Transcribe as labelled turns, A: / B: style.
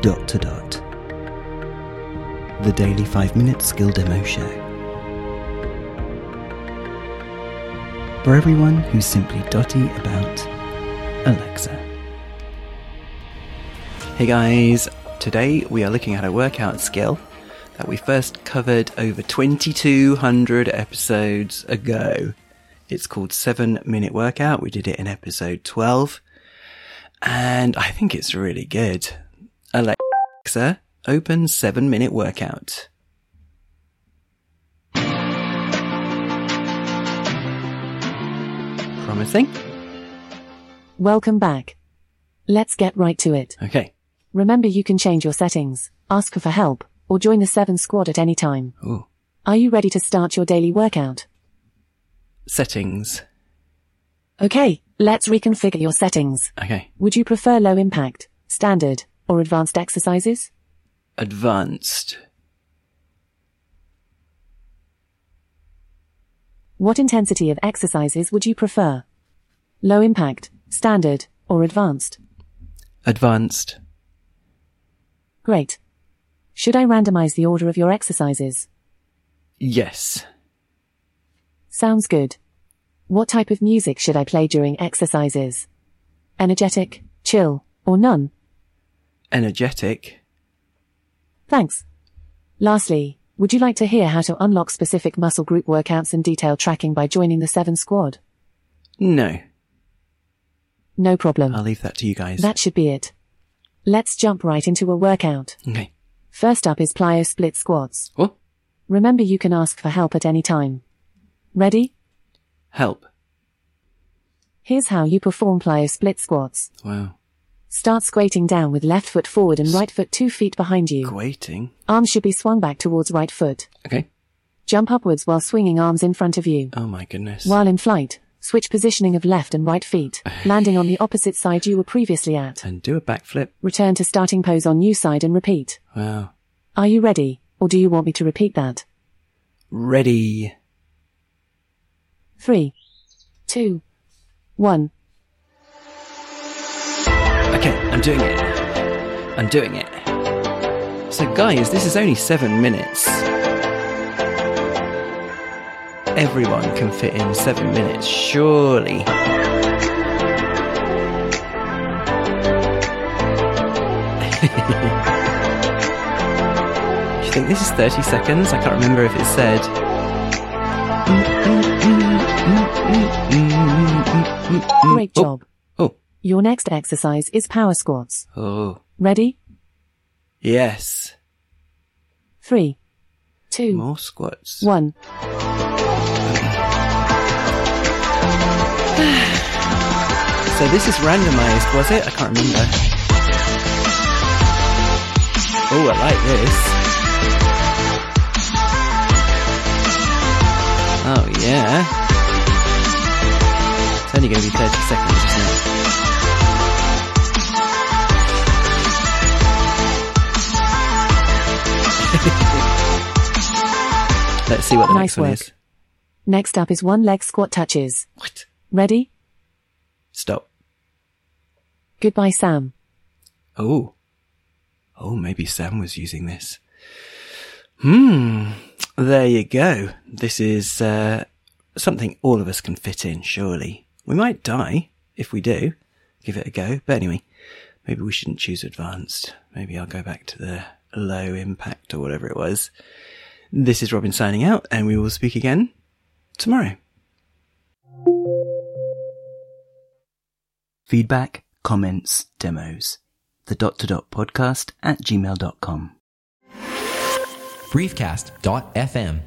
A: dot to dot. The Daily 5 Minute Skill Demo Show. For everyone who's simply dotty about Alexa. Hey guys, today we are looking at a workout skill that we first covered over 2200 episodes ago. It's called 7 Minute Workout. We did it in episode 12 and I think it's really good. Alexa, open 7 Minute Workout. Promising?
B: Welcome back. Let's get right to it.
A: Okay.
B: Remember you can change your settings, ask for help, or join the 7 squad at any time.
A: Ooh.
B: Are you ready to start your daily workout?
A: Settings.
B: Okay, let's reconfigure your settings.
A: Okay.
B: Would you prefer low impact, standard, or advanced exercises?
A: Advanced.
B: What intensity of exercises would you prefer? Low impact, standard, or advanced?
A: Advanced.
B: Great. Should I randomize the order of your exercises?
A: Yes.
B: Sounds good. What type of music should I play during exercises? Energetic, chill, or none?
A: Energetic.
B: Thanks. Lastly, would you like to hear how to unlock specific muscle group workouts and detailed tracking by joining the 7 squad?
A: No.
B: No problem.
A: I'll leave that to you guys.
B: That should be it. Let's jump right into a workout.
A: okay. Oh,
B: First up is plyo split squats.
A: What?
B: Remember you can ask for help at any time. Ready?
A: Help.
B: Here's how you perform plyo split squats.
A: Wow.
B: Start squatting down with left foot forward and right foot two feet behind you.
A: Waiting.
B: Arms should be swung back towards right foot.
A: Okay.
B: Jump upwards while swinging arms in front of you.
A: Oh my goodness.
B: While in flight, switch positioning of left and right feet, landing on the opposite side you were previously at.
A: and do a backflip.
B: Return to starting pose on new side and repeat.
A: Wow.
B: Are you ready, or do you want me to repeat that?
A: Ready.
B: Three, two, one.
A: Okay, I'm doing it. I'm doing it. So, guys, this is only seven minutes. Everyone can fit in seven minutes, surely. Do you think this is 30 seconds? I can't remember if it said.
B: Great job.
A: Oh,
B: Your next exercise is power squats.
A: oh,
B: Ready?
A: yes.
B: Three, two,
A: More squats.
B: one.
A: So this is randomized, was it? I can't remember. Oh, I like this. Oh, yeah. It's only going to be 30 seconds, isn't it? Let's see what the next
B: Nice
A: one
B: work.
A: is.
B: Next up is one leg squat touches.
A: What?
B: Ready?
A: Stop.
B: Goodbye, Sam.
A: Oh. Oh, maybe Sam was using this. Hmm. There you go. This is uh, something all of us can fit in, surely. We might die if we do. Give it a go. But anyway, maybe we shouldn't choose advanced. Maybe I'll go back to the low impact or whatever it was. This is Robin signing out, and we will speak again tomorrow. Feedback, comments, demos. The dot to dot podcast at gmail.com.
C: briefcast.fm